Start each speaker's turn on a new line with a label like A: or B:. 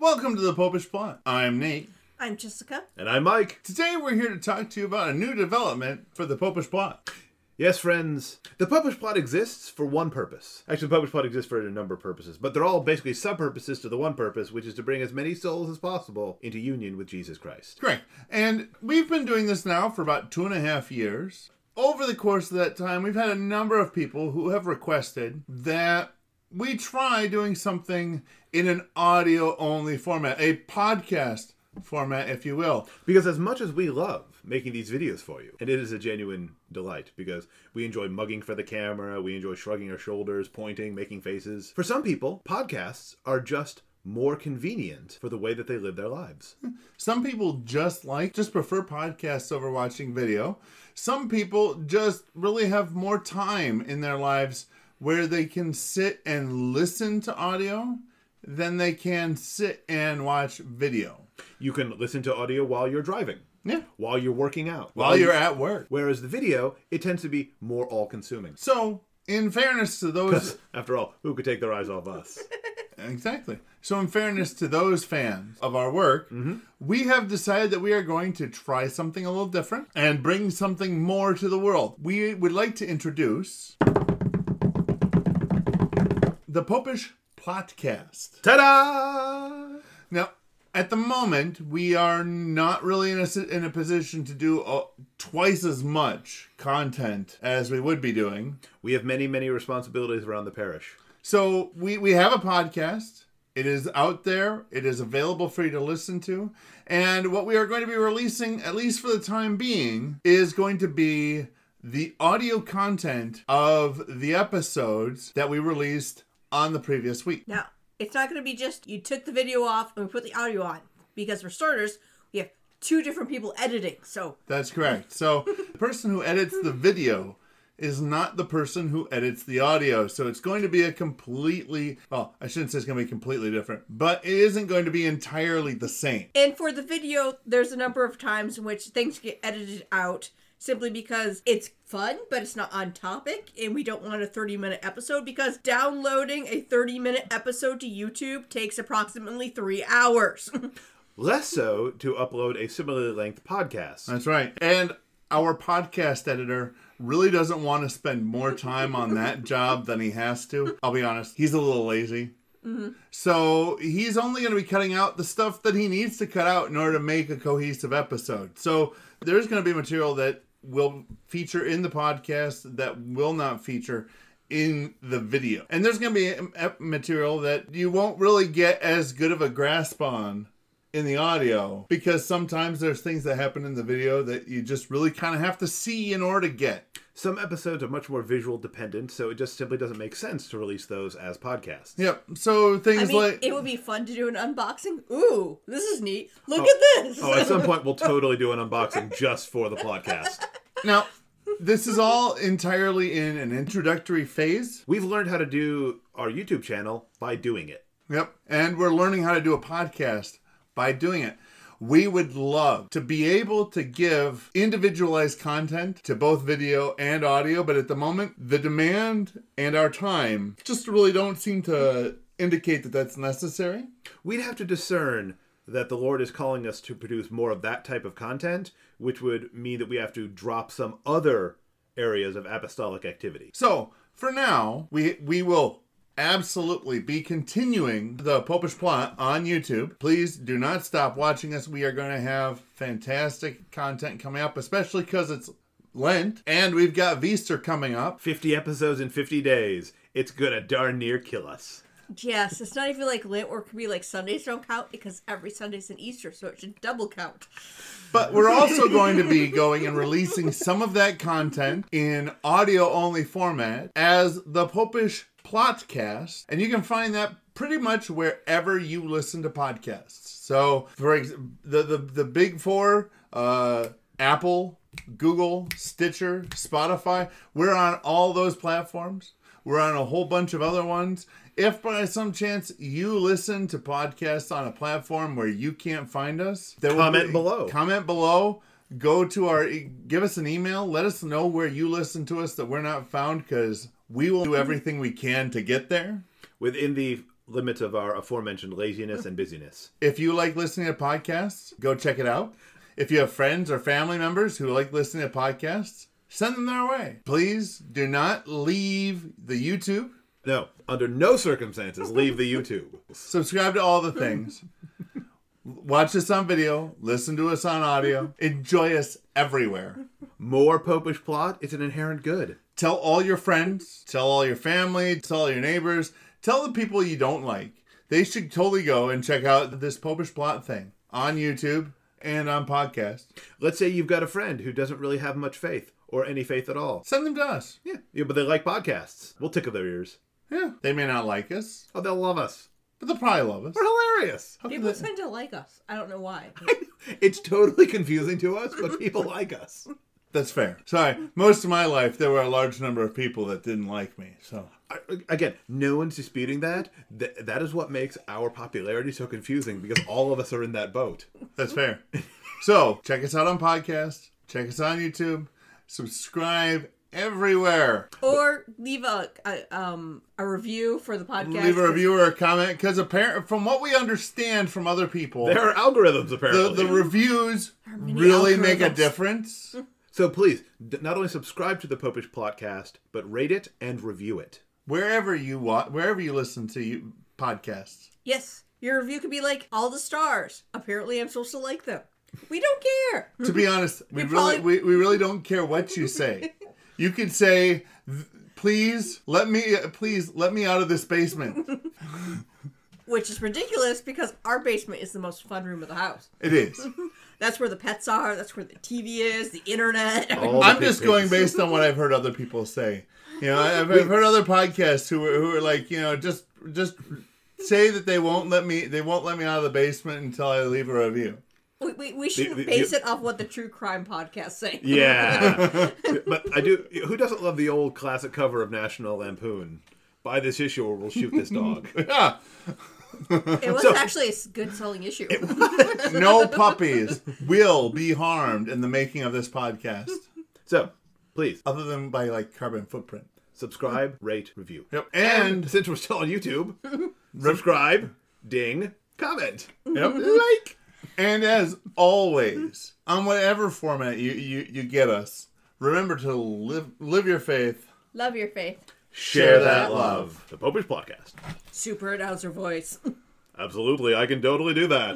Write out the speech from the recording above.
A: Welcome to the Popish Plot. I'm Nate.
B: I'm Jessica.
C: And I'm Mike.
A: Today we're here to talk to you about a new development for the Popish Plot.
C: Yes, friends, the Popish Plot exists for one purpose. Actually, the Popish Plot exists for a number of purposes, but they're all basically sub purposes to the one purpose, which is to bring as many souls as possible into union with Jesus Christ.
A: Correct. And we've been doing this now for about two and a half years. Over the course of that time, we've had a number of people who have requested that we try doing something in an audio only format, a podcast format, if you will.
C: Because as much as we love making these videos for you, and it is a genuine delight because we enjoy mugging for the camera, we enjoy shrugging our shoulders, pointing, making faces. For some people, podcasts are just more convenient for the way that they live their lives.
A: Some people just like, just prefer podcasts over watching video. Some people just really have more time in their lives where they can sit and listen to audio than they can sit and watch video.
C: You can listen to audio while you're driving,
A: Yeah.
C: while you're working out,
A: While you're at work.
C: Whereas the video, it tends to be more all consuming.
A: So, in fairness to those.
C: After all, who could take their eyes off us?
A: Exactly. So, in fairness to those fans of our work, we have decided that we are going to try something a little different and bring something more to the world. We would like to introduce the Popish Plotcast.
C: Ta da!
A: Now, at the moment, we are not really in a, si- in a position to do uh, twice as much content as we would be doing.
C: We have many, many responsibilities around the parish.
A: So we we have a podcast. It is out there. It is available for you to listen to. And what we are going to be releasing, at least for the time being, is going to be the audio content of the episodes that we released on the previous week.
B: Now, it's not going to be just you took the video off and we put the audio on because for starters, we have two different people editing. So,
A: That's correct. So the person who edits the video is not the person who edits the audio. So it's going to be a completely, well, I shouldn't say it's going to be completely different, but it isn't going to be entirely the same.
B: and for the video, there's a number of times in which things get edited out simply because it's fun, but it's not on topic, and we don't want a 30 minute episode because downloading a 30 minute episode to YouTube takes approximately three hours.
C: Less so to upload a similarly length podcast.
A: That's right. And our podcast editor really doesn't want to spend more time on that job than he has to. I'll be honest, he's a little lazy. So he's only going to be cutting out the stuff that he needs to cut out in order to make a cohesive episode. So there's going to be material that will feature in the podcast that will not feature in the video. And there's going to be um, ep- material that you won't really get as good of a grasp on in the audio because sometimes there's things that happen in the video that you just really kind of have to see in order to get.
C: Some episodes are much more visual dependent, so it just simply doesn't make sense to release those as podcasts.
A: Yep. So things
B: I mean,
A: like
B: it would be fun to do an unboxing. Ooh, this is neat. Look at this.
C: Oh, at some point, we'll totally do an unboxing just for the podcast.
A: now this is all entirely in an introductory phase.
C: We've learned how to do our YouTube channel by doing it.
A: Yep. And we're learning how to do a podcast by doing it. We would love to be able to give individualized content to both video and audio, but at the moment, the demand and our time just really don't seem to indicate that that's necessary.
C: We'd have to discern that the Lord is calling us to produce more of that type of content, which would mean that we have to drop some other areas of apostolic activity.
A: So for now, we we will absolutely be continuing the Popish Plot on YouTube. Please do not stop watching us. We are going to have fantastic content coming up, especially because it's Lent and we've got Veaster coming up.
C: 50 episodes in 50 days. It's gonna darn near kill us.
B: Yes, it's not even like Lent or it could be like Sundays don't count because every Sunday's an Easter, so it should double count.
A: But we're also going to be going and releasing some of that content in audio only format as the Popish Plotcast. And you can find that pretty much wherever you listen to podcasts. So, for ex- the, the, the big four uh, Apple, Google, Stitcher, Spotify, we're on all those platforms. We're on a whole bunch of other ones. If by some chance you listen to podcasts on a platform where you can't find us, there will
C: Comment below.
A: Comment below. Go to our, e, give us an email. Let us know where you listen to us that we're not found because we will do everything we can to get there.
C: Within the limits of our aforementioned laziness and busyness.
A: If you like listening to podcasts, go check it out. If you have friends or family members who like listening to podcasts, send them their way. Please do not leave the YouTube.
C: No, under no circumstances leave the YouTube.
A: Subscribe to all the things. Watch us on video. Listen to us on audio. Enjoy us everywhere.
C: More popish plot is an inherent good.
A: Tell all your friends, tell all your family, tell all your neighbors, tell the people you don't like. They should totally go and check out this Popish Plot thing on YouTube and on podcast.
C: Let's say you've got a friend who doesn't really have much faith or any faith at all.
A: Send them to us.
C: Yeah, yeah, but they like podcasts. We'll tickle their ears.
A: Yeah. They may not like us,
C: Oh, they'll love us.
A: but they'll probably love us.
C: We're hilarious.
A: How could
B: People
A: they-
B: tend to like us. I don't know why.
C: It's totally confusing to us, but people like us.
A: That's fair. Sorry. Most of my life, there were a large number of people that didn't like me. So
C: I- Again, no one's disputing that. Th- that is what makes our popularity so confusing because all of us are in that boat.
A: that's fair. so check us out on podcast. Check us on YouTube. Subscribe everywhere.
B: or leave a, a um a review for the podcast.
A: Leave a review or a comment because apparently, from what we understand from other people,
C: There are algorithms
A: the,
C: apparently.
A: the reviews
B: many
A: really make a
B: algorithms.
A: difference.
C: so please, d- not only subscribe to the Popish Podcast, but rate it and review it.
A: wherever you watch, wherever you listen to you, podcasts.
B: Yes, your review could be like all the stars. Apparently, I'm supposed to like them. We don't care.
A: To be honest, we
B: We
A: really
B: probably-
A: we, we really don't care what you say. You could say, "Th- "Please let me please let me out of this basement."
B: Which is ridiculous because our basement is the most fun room of the house.
A: It is.
B: That's where the pets are. That's where the TV is. The internet.
C: All the
A: I'm
C: big
A: just going
C: things.
A: based on what I've heard other people say. You know, I've, I've heard other podcasts who are, who are like, you know, just just say that they won't let me they won't let me out of the basement until I leave a review.
B: We, we, we shouldn't
C: the- the-
B: base it off what the true crime podcasts say.
C: Yeah. but I do. Who doesn't love the old classic cover of National Lampoon? Buy this issue or we'll shoot this dog.
A: Yeah,
B: It was
C: So-
B: actually a s- good selling issue.
A: no puppies will be harmed in the making of this podcast,
C: so please
A: other than by like carbon footprint.
C: subscribe, rate, review.
A: Yep, and
C: Since we're still on YouTube, subscribe, ding, comment,
A: yep.
C: like.
A: And as always, on whatever format you, you, you get us, remember to live live your faith.
B: Love your faith.
A: Share that love.
C: The Popish Podcast.
B: Super announcer voice.
C: Absolutely, I can totally do that.